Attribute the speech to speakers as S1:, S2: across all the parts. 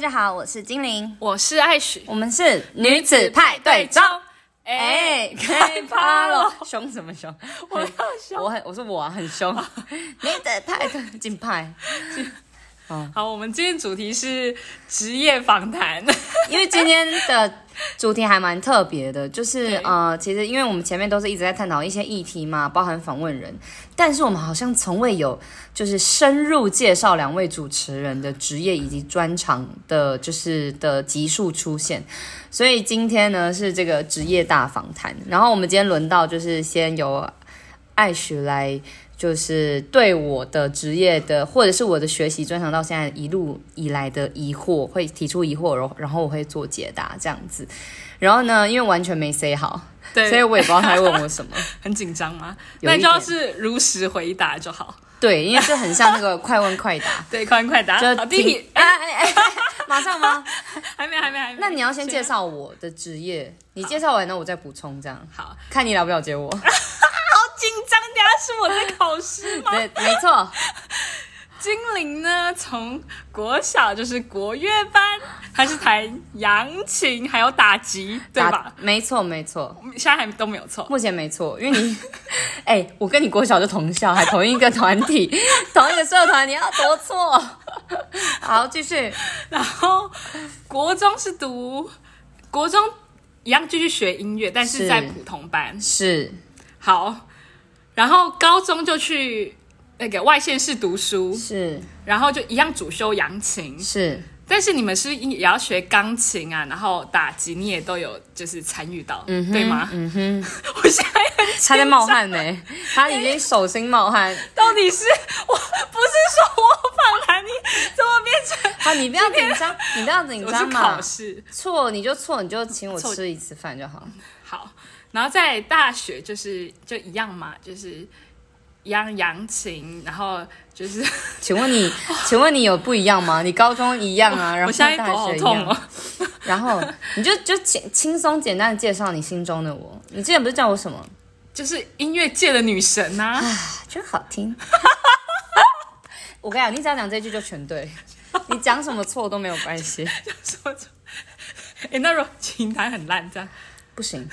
S1: 家好，我是精灵，
S2: 我是艾许，
S1: 我们是女子派对中。哎、开趴了，凶什么凶？
S2: 我要笑。
S1: 我很，我说我啊，很 凶。女子派对竞派，
S2: 好，我们今天主题是职业访谈，
S1: 因为今天的主题还蛮特别的，就是
S2: 对
S1: 呃，其实因为我们前面都是一直在探讨一些议题嘛，包含访问人，但是我们好像从未有就是深入介绍两位主持人的职业以及专长的，就是的集数出现。所以今天呢是这个职业大访谈，然后我们今天轮到就是先由艾许来。就是对我的职业的，或者是我的学习专长到现在一路以来的疑惑，会提出疑惑，然后然后我会做解答这样子。然后呢，因为完全没 say 好，
S2: 对，
S1: 所以我也不知道他在问我什么。
S2: 很紧张吗？
S1: 有
S2: 那
S1: 一
S2: 就
S1: 点
S2: 要是如实回答就好。
S1: 对，因为这很像那个快问快答，
S2: 对，快问快答。
S1: 就
S2: 好，第一
S1: 停
S2: 题，
S1: 哎哎哎，哎 马上 吗？
S2: 还没，还没，还没。
S1: 那你要先介绍我的职业，你介绍完呢，我再补充，这样
S2: 好，
S1: 看你了不了解 我。
S2: 好紧张，等下是我在考 试吗？
S1: 对，没错，
S2: 精灵呢，从国小就是国乐班，他是弹扬琴，还有打击，对
S1: 答
S2: 吧？
S1: 没错，没错。
S2: 我们现在还都没有错。
S1: 目前没错，因为你， 哎、我跟你国小就同校，还同一个团体， 同一个社团，你要多错。 好，继续。
S2: 然后国中是读国中一样继续学音乐，但是
S1: 是
S2: 在普通班。
S1: 是
S2: 好，然后高中就去那个外县市读书，
S1: 是
S2: 然后就一样主修扬琴。
S1: 是，
S2: 但是你们是也要学钢琴啊，然后打击你也都有就是参与到，嗯、对吗？嗯哼， 我现在很紧
S1: 他在冒汗没、 他已经手心冒汗。
S2: 到底是我不是说我访谈你，怎么变成
S1: 好，你不要紧 张，你不要紧
S2: 我
S1: 张
S2: 是考
S1: 嘛。
S2: 试？
S1: 错你就错，你就请我
S2: 错
S1: 吃一次饭就好。
S2: 好，然后在大学就是就一样嘛，就是一样扬琴，然后就是
S1: 请问 你，请问你有不一样吗？你高中一样啊，然
S2: 我
S1: 后
S2: 现在
S1: 大
S2: 头好
S1: 学一
S2: 痛
S1: 样，
S2: 哦。
S1: 然后你就就轻轻松简单的介绍你心中的我。你之前不是叫我什么？
S2: 啊就是音乐界的女神呐、啊，
S1: 真好听。 我跟你讲，你只要讲这句就全对，你讲什么错都没有关系，
S2: 什么？哎、那如果琴弹很烂，这样
S1: 不行，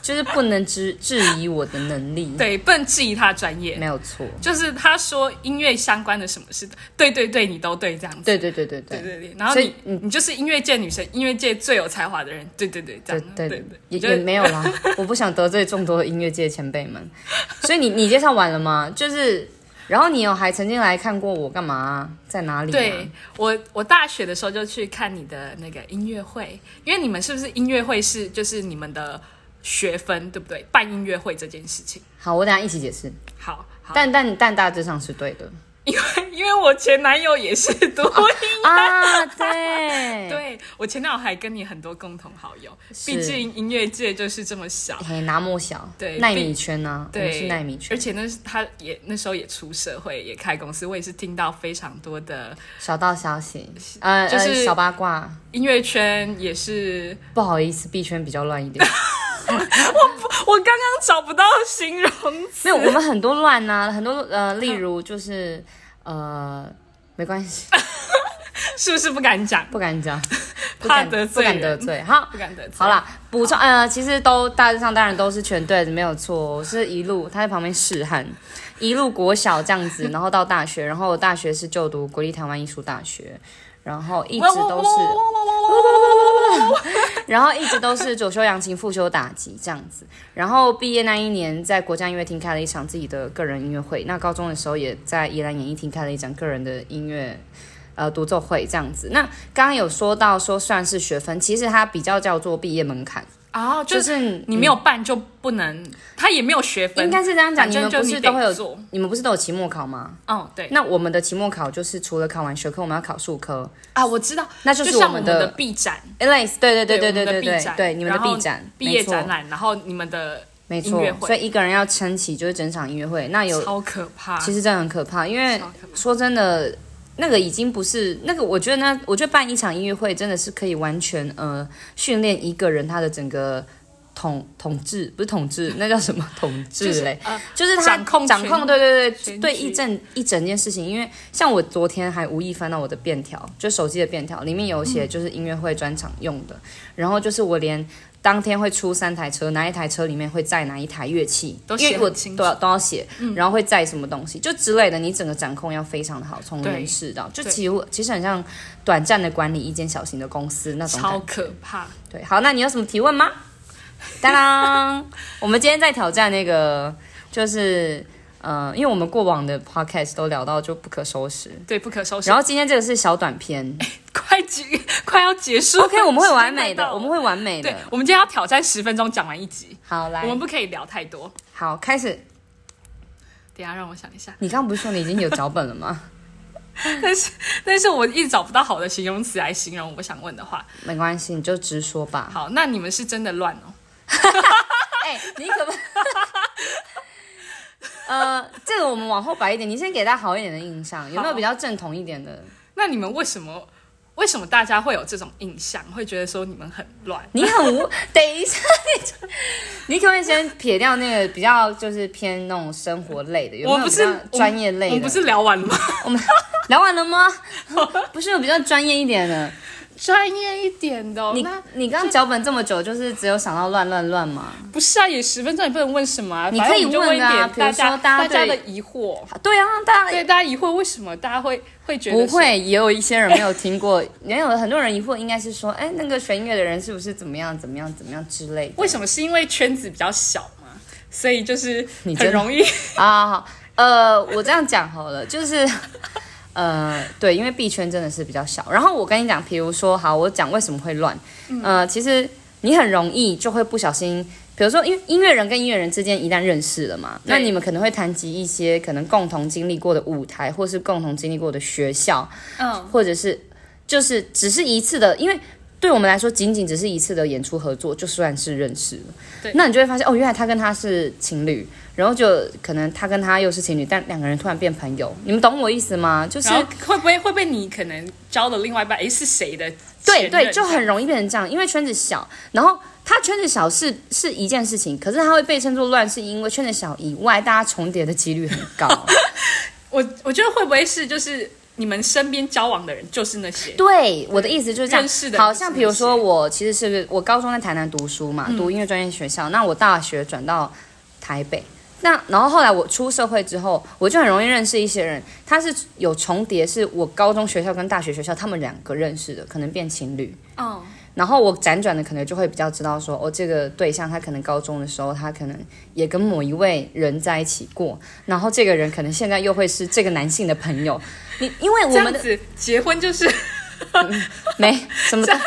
S1: 就是不能质质疑我的能力，
S2: 对，不能质疑她的专业。
S1: 没有错。
S2: 就是她说音乐相关的什么事，对对对，你都对这样子。
S1: 对对对对对
S2: 对对对，然后
S1: 所
S2: 你
S1: 以
S2: 你就是音乐界女神，音乐界最有才华的人，对对对，这
S1: 对
S2: 样
S1: 对
S2: 对
S1: 对
S2: 对，，
S1: 也
S2: 就是
S1: 也没有啦， 我不想得罪众多音乐界前辈们。 所以你你介绍完了吗？就是，然后你有还曾经来看过我干嘛啊、在哪里、啊？
S2: 对我，我大学的时候就去看你的那个音乐会，因为你们是不是音乐会是就是你们的学分对不对？办音乐会这件事情，
S1: 好，我等一下一起解释。
S2: 好好，
S1: 但但但大致上是对 的
S2: 因为因为我前男友也是读音
S1: 啊，对，
S2: 对我前男友还跟你很多共同好友，
S1: 是
S2: 毕竟音乐界就是这么小。
S1: 嘿，拿莫小，
S2: 对
S1: 奈米圈呢、啊，我们
S2: 对，
S1: 是奈米圈
S2: 而，且那是他也那时候也出社会，也开公司，我也是听到非常多的
S1: 小道消息，呃，
S2: 就是
S1: 呃小八卦。
S2: 音乐圈，也是
S1: 不好意思，币圈比较乱一点。
S2: 我刚刚找不到形容词，
S1: 没有，我们很多乱呐、很多呃， 例如就是呃，没关系，
S2: 是不是不敢讲？
S1: 不敢讲，不
S2: 怕
S1: 敢
S2: 得
S1: 不
S2: 罪
S1: 敢
S2: 人
S1: 得罪。好，
S2: 不敢得罪。
S1: 好，啦，补充呃，其实都大致上当然都是全对的，没有错。我是一路他在旁边试汗，一路国小这样子，然后到大学，然后我大学是就读国立台湾艺术大学，然后一直都是。然后一直都是主修扬琴，副修打击这样子。然后毕业那一年，在国家音乐厅开了一场自己的个人音乐会。那高中的时候，也在宜兰演艺厅开了一场个人的音乐。呃，独奏会这样子。那刚刚有说到说算是学分，其实它比较叫做毕业门槛，
S2: 啊，就
S1: 就是是
S2: 你没有办就不能，他也没有学分，
S1: 应该是这样讲。
S2: 反
S1: 你
S2: 正
S1: 们
S2: 就
S1: 不
S2: 你
S1: 是都会有
S2: 得做。
S1: 你们不是都有期末考吗？
S2: 哦，对
S1: 那我们的期末考就是除了考完学科，我们要考数科，
S2: 啊，我知道，
S1: 那就
S2: 就是像
S1: 我
S2: 我
S1: 们
S2: 们
S1: 的
S2: 的 B 展，
S1: 诶类似，对对对对
S2: 我
S1: 对
S2: 们的
S1: 对
S2: B 展
S1: 对，你们的
S2: 然后
S1: B 展
S2: 毕业
S1: 没错
S2: 展览，然后你们的
S1: 没
S2: 音
S1: 错
S2: 乐，会
S1: 所以一个人要撑起就是整场音乐会。那有
S2: 超可怕，
S1: 呃其实真的很可怕，因为
S2: 超可怕
S1: 说真的，那个已经不是那个，我觉得呢，我觉得办一场音乐会真的是可以完全呃训练一个人他的整个统统治不是统 治，那叫什么统治
S2: 就是
S1: 嘞？
S2: 呃
S1: 就是他
S2: 掌控
S1: 掌
S2: 权
S1: 控，对对对
S2: 选
S1: 对
S2: 举
S1: 一整一整件事情，因为像我昨天还无意翻到我的便条，就手机的便条里面有
S2: 嗯
S1: 写就是音乐会专场用的，然后就是我连当天会出三台车，哪一台车里面会载哪一台乐器，
S2: 都
S1: 因为
S2: 写很
S1: 我啊
S2: 清
S1: 都要都要写，
S2: 嗯
S1: 然后会载什么东西，就之类的，你整个掌控要非常的好，从
S2: 对
S1: 人事到就
S2: 对
S1: 其实其实很像短暂的管理一间小型的公司那种感
S2: 超
S1: 觉。
S2: 可怕。
S1: 对，好，那你有什么提问吗？ 当当， 我们今天在挑战那个，就是呃，因为我们过往的 podcast 都聊到就不可收拾，
S2: 对，不可收拾。
S1: 然后今天这个是小短 片
S2: 快结，快要结束。
S1: ，OK，我们会完
S2: 时
S1: 美
S2: 间快到
S1: 的，
S2: 了
S1: 我们会完美
S2: 对
S1: 的。，哎
S2: 我们今天要挑战十分钟讲完一集，
S1: 好，来
S2: 我，们不可以聊太多。
S1: 好，开始。
S2: 等一下让我想一下，
S1: 你刚刚不是说你已经有脚本了吗？
S2: 但是我一直找不到好的形容词来形容我想问的话。
S1: 没关系，你就直说吧。
S2: 好，那你们是真的乱哦。
S1: 哎、你 怎么？呃，这个我们往后摆一点，你先给大家好一点的印象，有没有
S2: 好
S1: 比较正统一点的？
S2: 那你们为什么为什么大家会有这种印象，会觉得说你们很乱？
S1: 你很无，等一下，你你可不可以先撇掉那个比较就是偏那种生活类的？有
S2: 我
S1: 没有
S2: 不
S1: 比
S2: 是
S1: 较专业类
S2: 我
S1: 的？
S2: 们不是聊完了吗？
S1: 聊完了吗？不是有比较专业一点的？
S2: 专业一点的、哦，
S1: 你
S2: 那
S1: 你刚刚脚本这么久，就是只有想到乱乱乱吗？
S2: 不是啊，也十分钟也不能问什么、啊，
S1: 你
S2: 反正
S1: 可以
S2: 我们就
S1: 问
S2: 问一
S1: 啊
S2: 点
S1: 比如
S2: 大家
S1: 说大家
S2: 家
S1: 对
S2: 的疑惑。
S1: 对啊，大家
S2: 对，大家疑惑为什么大家会会觉得
S1: 不
S2: 说
S1: 会，也有一些人没有听过，也有很多人疑惑，应该是说，哎，那个学音乐的人是不是怎么样怎么样怎么样之类的？
S2: 为什么？是因为圈子比较小嘛，所以就是
S1: 你真
S2: 很
S1: 的
S2: 容易。
S1: 啊，好，呃，我这样讲好了，就是，呃，对，因为币圈真的是比较小。然后我跟你讲，比如说，好，我讲为什么会乱，呃，其实你很容易就会不小心。比如说，因为音乐人跟音乐人之间一旦认识了嘛，那
S2: 对
S1: 你们可能会谈及一些可能共同经历过的舞台，或是共同经历过的学校，
S2: 嗯，
S1: 或者是就是只是一次的，因为对我们来说，仅仅只是一次的演出合作，就算是认识了。
S2: 对
S1: 那你就会发现，哦，原来他跟他是情侣，然后就可能他跟他又是情侣，但两个人突然变朋友，你们懂我意思吗？就是
S2: 然后会不会会不会你可能交的另外一半，诶，是谁的前
S1: 对
S2: 任？
S1: 对，就很容易变成这样，因为圈子小，然后。他圈子小是是一件事情，可是他会被称作乱，是因为圈子小以外，大家重叠的几率很高。
S2: 我我觉得会不会是就是你们身边交往的人就是那些？
S1: 对，我的意思就是这样。
S2: 认识的
S1: 好
S2: 就是嗯
S1: 像
S2: 那
S1: 比如说，
S2: 些
S1: 我其实是我高中在台南读书嘛，读音乐专业学校。那我大学转到台北，那然后后来我出社会之后，我就很容易认识一些人，他是有重叠，是我高中学校跟大学学校他们两个认识的，可能变情侣。
S2: 哦，
S1: 然后我辗转的可能就会比较知道说，哦，这个对象他可能高中的时候，他可能也跟某一位人在一起过，然后这个人可能现在又会是这个男性的朋友。你因为我
S2: 这
S1: 们
S2: 样
S1: 的
S2: 子结婚 就是
S1: 没什么的，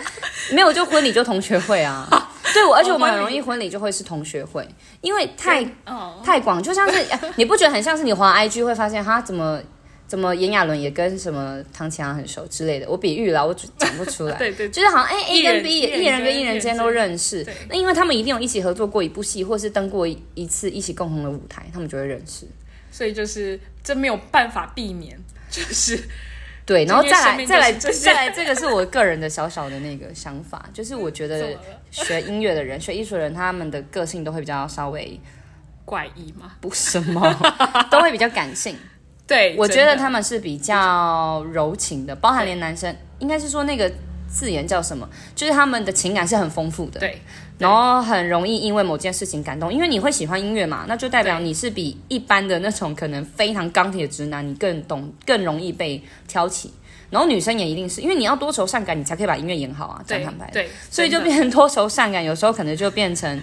S1: 没有就婚礼就同学会 啊。
S2: 哦
S1: 对，我而且我们很容易婚礼就会是同学会，因为太
S2: 哦，
S1: 太广，就 像是哎你不觉得很像是你滑 IG 会发现哈怎么怎么炎亚纶也跟什么唐启阳很熟之类的，我比喻啦，我只讲不出来。
S2: 对对
S1: 就是好像 A
S2: 艺
S1: A 跟
S2: 人
S1: B
S2: 艺人
S1: 艺人
S2: 跟
S1: 跟艺
S2: 艺
S1: 人
S2: 人
S1: 间
S2: 之
S1: 都
S2: 间
S1: 认识
S2: 对，
S1: 那因为他们一定有一起合作过一部戏，或是登过一一次一起共同的舞台，他们就会认识。
S2: 所以就是这没有办法避免，就是
S1: 对，然后
S2: 这
S1: 再
S2: 些生
S1: 来
S2: 命
S1: 再来
S2: 就是这些
S1: 再来，这个是我个人的小小的那个想法，就是我觉
S2: 怎么
S1: 得
S2: 了
S1: 学音乐的人、学艺术的人，他们的个性都会比较稍微
S2: 怪异嘛。
S1: 不什么， 都会比较感 性。
S2: 对，
S1: 我觉
S2: 真
S1: 得
S2: 的
S1: 他们是比较柔情的，包含连男生，应该是说那个字眼叫什么，就是他们的情感是很丰富的。
S2: 对
S1: 然后很容易因为某件事情感动，因为你会喜欢音乐嘛，那就代表
S2: 对
S1: 你是比一般的那种可能非常钢铁直男，你更懂，更容易被挑起。然后女生也一定是因为你要多愁善感，你才可以把音乐演好啊，讲
S2: 对
S1: 坦白的。
S2: 对，
S1: 所以就
S2: 真的
S1: 变成多愁善感，有时候可能就变成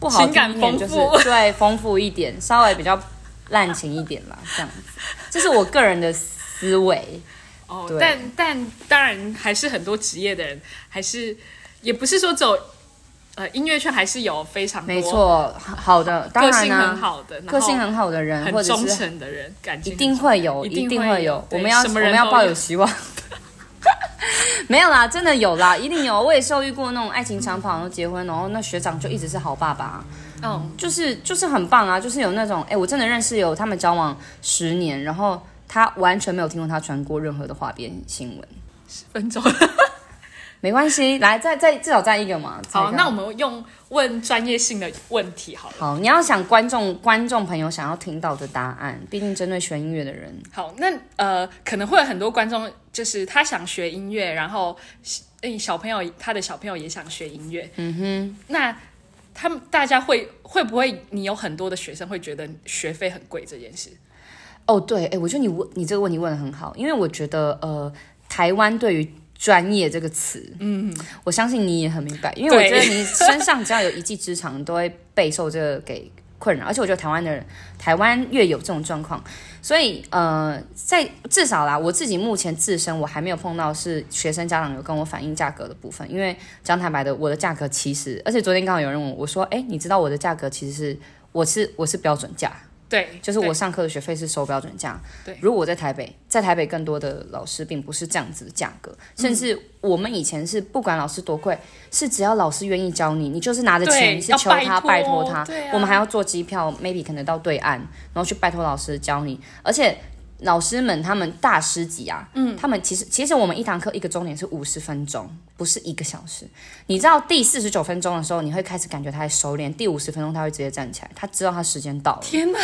S1: 不好听一点，
S2: 情感丰
S1: 就
S2: 富
S1: 是 对丰富一点，稍微比较滥情一 点啦，这样子。这是我个人的思维，
S2: 哦
S1: 对，
S2: 但但当然还是很多职业的人，还是也不是说只有呃音乐圈还是有非常多
S1: 没错，好的，当
S2: 个
S1: 然
S2: 性
S1: 呢、
S2: 很好的，然后
S1: 个性很好的人，或
S2: 很
S1: 者
S2: 忠
S1: 是
S2: 诚的人，感
S1: 一
S2: 情
S1: 定会有，
S2: 一
S1: 一
S2: 定
S1: 定
S2: 会
S1: 会
S2: 有
S1: 有。我
S2: 对
S1: 们要
S2: 什
S1: 我
S2: 么人
S1: 们要
S2: 都
S1: 抱
S2: 有
S1: 有希望。 没有啦，真的有啦，一定有。我也受遇过那种爱情长跑，然后结婚，然后那学长就一直是好爸爸啊、
S2: 嗯，
S1: 就是就是很棒啊，就是有那种哎、诶我真的认识有他们交往十年，然后 他完全没有听过他传过任何的花边新闻，
S2: 十分钟。
S1: 没关系，来，再再至少再一个嘛。再一
S2: 好，
S1: 个
S2: 那我们用问专业性的问题好了。
S1: 好，你要想观众观众朋友想要听到的答案，毕竟针对学音乐的人，
S2: 好，那呃，可能会有很多观众，就是他想学音乐，然后嗯，小朋友他的小朋友也想学音乐，嗯哼，那他们大家会会不会，你有很多的学生会觉得学费很贵这件事？
S1: 哦，对，哎，我觉得你问你这个问题问的很好，因为我觉得呃，台湾对于专业这个词，嗯，我相信你也很明白，因为我
S2: 对
S1: 觉得你身上只要有一技之长，都会备受这个给困扰，而且我觉得台湾的人，台湾越有这种状况，所以呃，在至少啦，我自己目前自身我还没有碰到是学生家长有跟我反映价格的部分，因为讲坦白的，我的价格其实，而且昨天刚好有人问我，我说，哎，你知道我的价格其实是我是我是标准价，
S2: 对，
S1: 就是
S2: 对
S1: 我上课的学费是收标准价。
S2: 对
S1: 如果我在台北，在台北更多的老师并不是这样子的价格，甚至我们以前是不管老师多贵，是只要老师愿意教你，你就是拿着钱
S2: 对
S1: 你是
S2: 要
S1: 求
S2: 拜
S1: 他
S2: 托
S1: 拜托他
S2: 对啊。
S1: 我们还要坐机票，maybe 可能到对岸，然后去拜托老师教你，而且。老师们，他们大师级啊，嗯，他们其实其实我们一堂课一个钟点是五十分钟，不是一个小时。你知道第四十九分钟的时候，你会开始感觉他在收敛；第五十分钟他会直接站起来，他知道他时间到了。
S2: 天哪，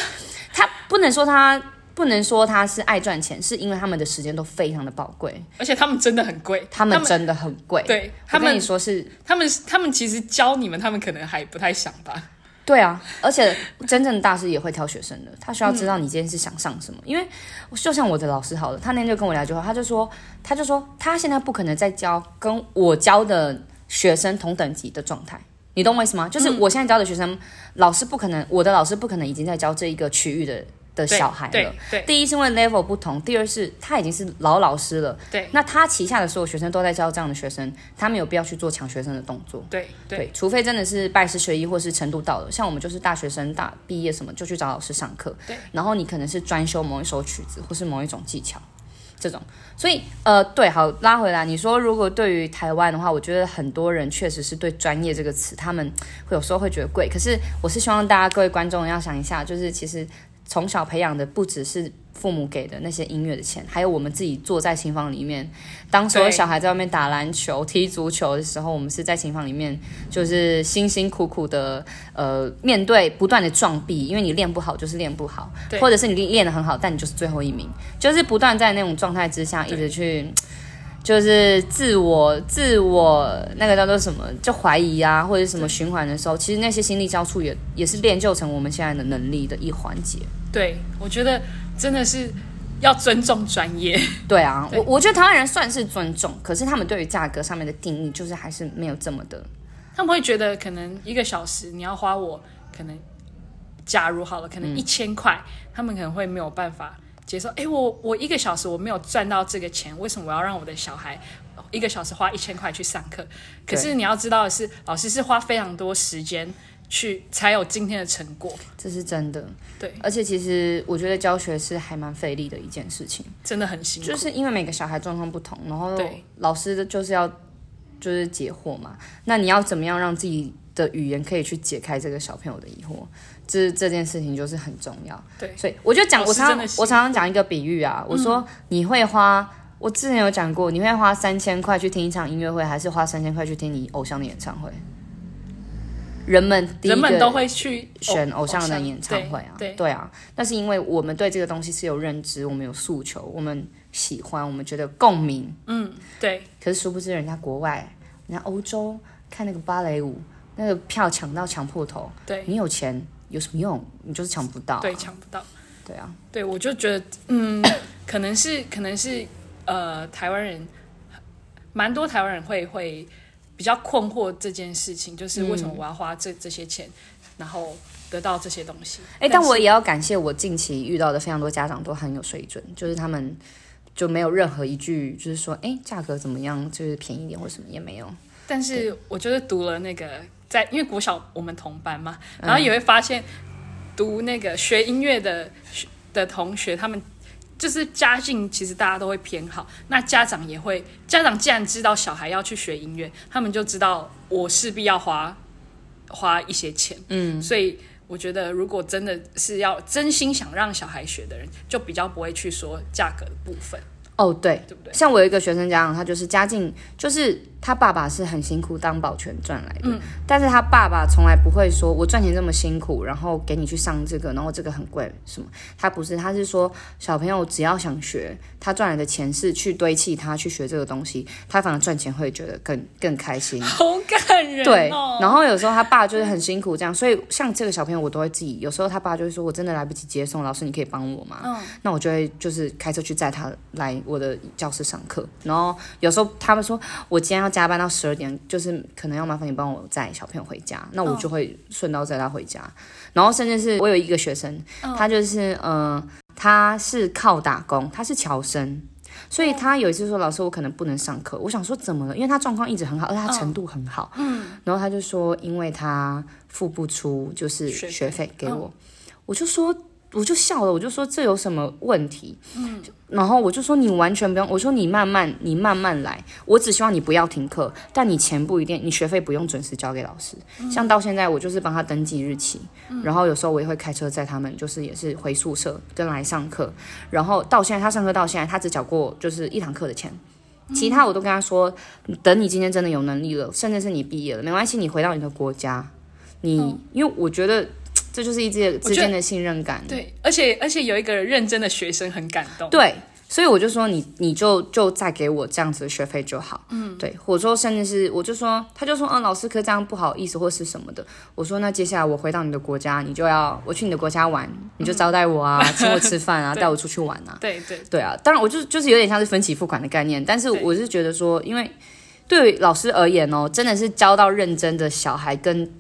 S1: 他不能说他不能说他是爱赚钱，是因为他们的时间都非常的宝贵，
S2: 而且他们真的很贵，
S1: 他们真的很贵。
S2: 对
S1: 我
S2: 他
S1: 跟你
S2: 们，
S1: 说是，
S2: 他们他们其实教你们，他们可能还不太想吧。
S1: 对啊，而且真正的大师也会挑学生的，他需要知道你今天是想上什么。因为就像我的老师好了，他那天就跟我聊一句话，他就说，他就说他现在不可能再教跟我教的学生同等级的状态。你懂我意思吗？
S2: 嗯
S1: 就是我现在教的学生，老师不可能，我的老师不可能已经在教这一个区域的的
S2: 对
S1: 小孩了
S2: 对。对
S1: 第一是因为 level 不同，第二是他已经是老老师了，
S2: 对
S1: 那他旗下的所有学生都在教这样的学生，他没有必要去做抢学生的动作。
S2: 对对，
S1: 除非真的是拜师学艺，或是程度到了，像我们就是大学生大毕业什么就去找老师上课，
S2: 对，
S1: 然后你可能是专修某一首曲子或是某一种技巧，这种，所以呃，对，好拉回来，你说如果对于台湾的话，我觉得很多人确实是对“专业”这个词，他们会有时候会觉得贵，可是我是希望大家各位观众要想一下，就是其实从小培养的不只是。父母给的那些音乐的钱，还有我们自己坐在琴房里面，当所有
S2: 对
S1: 小孩在外面打篮球、踢足球的时候，我们是在琴房里面就是辛辛苦苦的呃面对不断的撞壁，因为你练不好就是练不好，
S2: 对
S1: 或者是你练得很好，但你就是最后一名，就是不断在那种状态之下一直去。就是自我、自我那个叫做什么，就怀疑啊，或者是什么循环的时候，其实那些心力交瘁也也是练就成我们现在的能力的一环节。
S2: 对，我觉得真的是要尊重专业。
S1: 对啊，我我觉得台湾人算是尊重，可是他们对于价格上面的定义，就是还是没有这么的
S2: 他们会觉得可能一个小时你要花我可能，假如好了，
S1: 嗯
S2: 可能一千块，他们可能会没有办法接受。哎，我我一个小时我没有赚到这个钱，为什么我要让我的小孩一个小时花一千块去上课？可是你要知道的是，老师是花非常多时间去才有今天的成果。
S1: 这是真的。
S2: 对，
S1: 而且其实我觉得教学是还蛮费力的一件事情，
S2: 真的很辛苦。
S1: 就是因为每个小孩状况不同，然后
S2: 对
S1: 老师的就是要就是解惑嘛。那你要怎么样让自己的语言可以去解开这个小朋友的疑惑？这这件事情就是很重要。
S2: 对
S1: 所以我就讲，
S2: 老
S1: 我
S2: 师
S1: 常
S2: 真
S1: 常
S2: 的嗯
S1: 我常常讲一个比喻啊，我说你会花。我之前有讲过，你会花三千块去听一场音乐会，还是花三千块去听你偶像的演唱会？人们第一
S2: 人们
S1: 个
S2: 都会去
S1: 选偶像的演唱会啊，
S2: 对，对
S1: 啊，那是因为我们对这个东西是有认知，我们有诉求，我们喜欢，我们觉得共鸣。
S2: 嗯，对，
S1: 可是殊不知，人家国外，人家欧洲看那个芭蕾舞，那个票抢到抢破头，
S2: 对，
S1: 你有钱有什么用？你就是抢不到啊、
S2: 对，抢不到。
S1: 对啊，
S2: 对，我就觉得，嗯，可能是可能是呃，台湾人蛮多台湾人会会比较困惑这件事情，就是为什么我要花这、这些钱，然后得到这些东西？
S1: 哎、但
S2: 是
S1: 我也要感谢我近期遇到的非常多家长都很有水准，就是他们就没有任何一句就是说，哎、价格怎么样，就是便宜一点或什么也没有。
S2: 但是我觉得读了那个在，因为国小我们同班嘛，然后也会发现读那个学音乐的的同学，他们就是家境其实大家都会偏好，那家长也会，家长既然知道小孩要去学音乐，他们就知道我势必要花花一些钱，嗯，所以。我觉得，如果真的是要真心想让小孩学的人，就比较不会去说价格的部分。
S1: 哦，对，
S2: 对不对？
S1: 像我有一个学生家长，他就是家境，就是他爸爸是很辛苦当保全赚来的，
S2: 嗯
S1: 但是他爸爸从来不会说我赚钱这么辛苦，然后给你去上这个，然后这个很贵什么，他不是，他是说小朋友只要想学，他赚来的钱是去堆砌他去学这个东西，他反而赚钱会觉得更更开心。
S2: 好感人、哦。
S1: 对，然后有时候他爸就是很辛苦这样，所以像这个小朋友我都会自己，有时候他爸就会说我真的来不及接送，老师你可以帮我
S2: 嗯
S1: 吗？那我就会就是开车去载他来我的教室上课，然后有时候他们说我今天要加班到十二点，就是可能要麻烦你帮我载小朋友回家，
S2: 嗯
S1: 那我就会顺道载他回家，然后甚至是我有一个学生，他就是嗯、呃他是靠打工，他是侨生。所以他有一次说：“老师，我可能不能上课。”我想说怎么了？因为他状况一直很好，而且他程度很好。嗯，然后他就说：“因为他付不出就是
S2: 学费
S1: 学费给我。我就说，我就笑了，我就说这有什么问题？嗯，然后我就说你完全不用，我说你慢慢，你慢慢来。我只希望你不要停课，但你钱不一定，你学费不用准时交给老师。像到现在，我就是帮他登记日期，然后有时候我也会开车载他们，就是也是回宿舍跟来上课。然后到现在，他上课到现在，他只缴过就是一堂课的钱，其他我都跟他说，等你今天真的有能力了，甚至是你毕业了，没关系，你回到你的国家，你、因为我觉得这就是一直之间的信任感，啊
S2: 对，而且而且有一个认真的学生很感动。
S1: 对，所以我就说你你就就再给我这样子的学费就好，嗯，对，我说甚至是我就说他就说嗯老师可是这样不好意思或是什么的，我说那接下来我回到你的国家，你就要我去你的国家玩，你就招待我啊，请我吃饭啊，带我出去玩啊，
S2: 对对
S1: 对啊，当然我就就是有点像是分期付款的概念，但是
S2: 对
S1: 我是觉得说，因为对于老师而言哦，真的是教到认真的小孩跟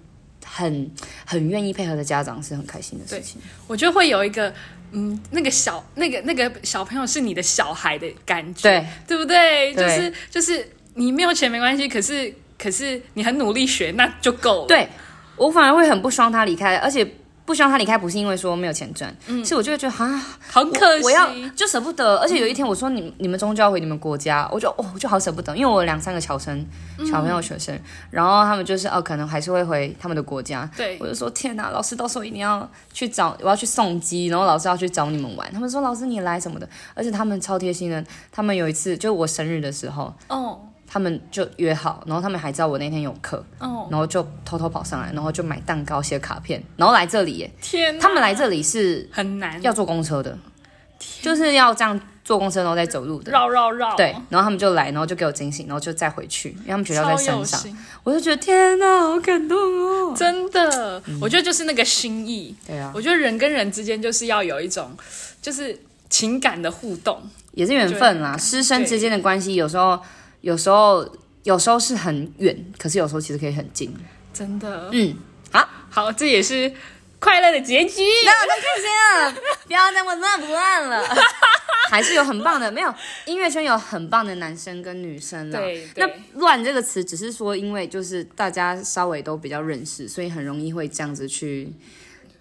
S1: 很很愿意配合的家长是很开心的事情。
S2: 我就会有一个嗯，那个小那个那个小朋友是你的小孩的感觉，
S1: 对
S2: 对不对？就
S1: 对
S2: 是就是你没有钱没关系，可是可是你很努力学那就够了。
S1: 对我反而会很不希望他离开，而且不希望他离开不是因为说没有钱赚，是我就会觉得啊，
S2: 嗯很可惜。
S1: 我要就舍不得，而且有一天我说你、你们终究要回你们国家，我就哦我就好舍不得，因为我有两三个侨生
S2: 嗯
S1: 小朋友学生，然后他们就是哦可能还是会回他们的国家，
S2: 对
S1: 我就说天哪，老师到时候一定要去找，我要去送机，然后老师要去找你们玩，他们说老师你来什么的，而且他们超贴心的，他们有一次就我生日的时候，
S2: 哦
S1: 他们就约好，然后他们还知道我那天有课，
S2: 哦，
S1: 然后就偷偷跑上来，然后就买蛋糕、写卡片，然后来这里耶。
S2: 天哪，
S1: 他们来这里是
S2: 很难，
S1: 要坐公车的，就是要这样坐公车然后再走路的。
S2: 绕绕绕，
S1: 对，，然后他们就来，然后就给我惊喜，然后就再回去，因为他们学校
S2: 超
S1: 在
S2: 有
S1: 山上。
S2: 心，
S1: 我就觉得天哪，好感动哦！
S2: 真的，
S1: 嗯
S2: 我觉得就是那个心意。
S1: 对啊，
S2: 我觉得人跟人之间就是要有一种就是情感的互动，
S1: 也是缘分啦。师生之间的关系，有时候，有时候，有时候是很远，可是有时候其实可以很近。
S2: 真的。
S1: 嗯，
S2: 好，这也是快乐的结局。
S1: 那我都开心了，不要那么乱不乱了。还是有很棒的，没有音乐圈有很棒的男生跟女生啦。
S2: 对
S1: 那
S2: 对
S1: “乱”这个词，只是说因为就是大家稍微都比较认识，所以很容易会这样子去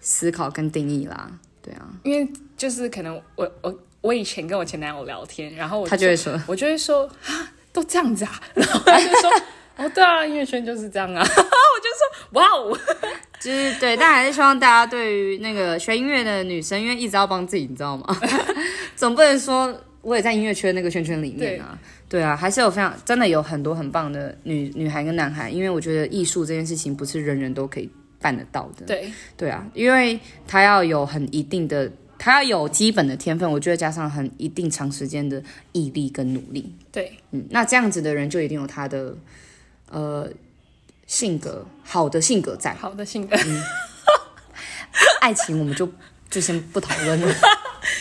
S1: 思考跟定义啦。对啊，
S2: 因为就是可能我我我以前跟我前男友聊天，然后我
S1: 他就会说，
S2: 我就会说啊，都这样子啊， 然后他就说哦，对啊，音乐圈就是这样啊，我就 说哇哦，
S1: 就是对，但还是希望大家对于那个学音乐的女生，因为一直要帮自己，你知道吗？总不能说我也在音乐圈那个圈圈里面啊。对啊，还是有非常真的有很多很棒的女女孩跟男孩，因为我觉得艺术这件事情不是人人都可以办得到的。
S2: 对
S1: 对啊，因为他要有很一定的，他要有基本的天分，我觉得加上很一定长时间的毅力跟努力，
S2: 对
S1: 嗯，那这样子的人就一定有他的呃性格好的性格在。
S2: 好的性格，
S1: 嗯爱情我们就就先不讨论 了，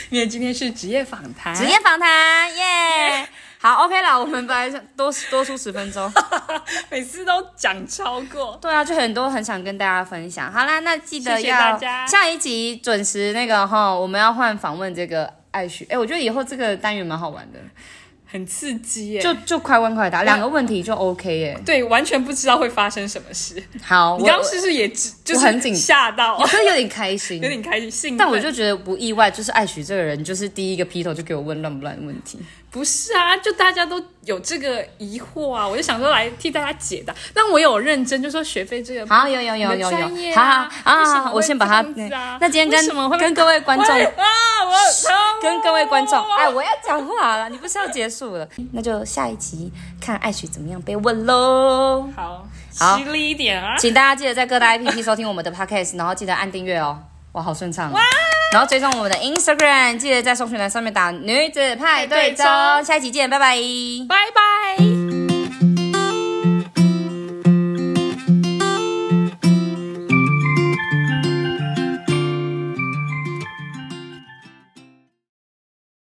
S2: 因为今天是职业访谈，
S1: 职业访谈耶。 好，OK 啦，我们本来想多多出十分钟，
S2: 每次都讲超过，
S1: 对啊，就很多很想跟大家分享。好啦，那记得要
S2: 谢谢大家
S1: 下一集准时那个哈，我们要换访问这个爱许，哎、我觉得以后这个单元蛮好玩的。
S2: 很刺激耶，
S1: 就就快问快答，两个问题就 OK 耶。
S2: 对，完全不知道会发生什么事。
S1: 好，我
S2: 你刚刚是不是也只就是
S1: 很紧
S2: 吓到
S1: 我，可是 有点开心
S2: 有，点开心，兴奋
S1: 但我就觉得不意外，就是艾许这个人就是第一个劈头就给我问乱不乱的问题，
S2: 不是啊，就大家都有这个疑惑啊，我就想说来替大家解答。但我有认真就说学费这个，
S1: 好，有有有
S2: 你的
S1: 有
S2: 专业
S1: 有，好好
S2: 啊为什么
S1: 啊！
S2: 会
S1: 我先把它
S2: 这样子啊。
S1: 那今天
S2: 为什么
S1: 跟
S2: 会
S1: 跟各位观 众
S2: 喂啊，我
S1: 跟各位观众，哎，我要讲话了，你不是要结束了？那就下一集看艾许怎么样被问喽。
S2: 好，
S1: 好
S2: 犀利一点啊！
S1: 请大家记得在各大 APP 收听我们的 Podcast，然后记得按订阅哦。哇，好顺畅、哦！然后追踪我们的 Instagram，记得在搜寻栏上面打“女子派对中”。
S2: 派对
S1: 下一集见，拜拜。
S2: 拜拜。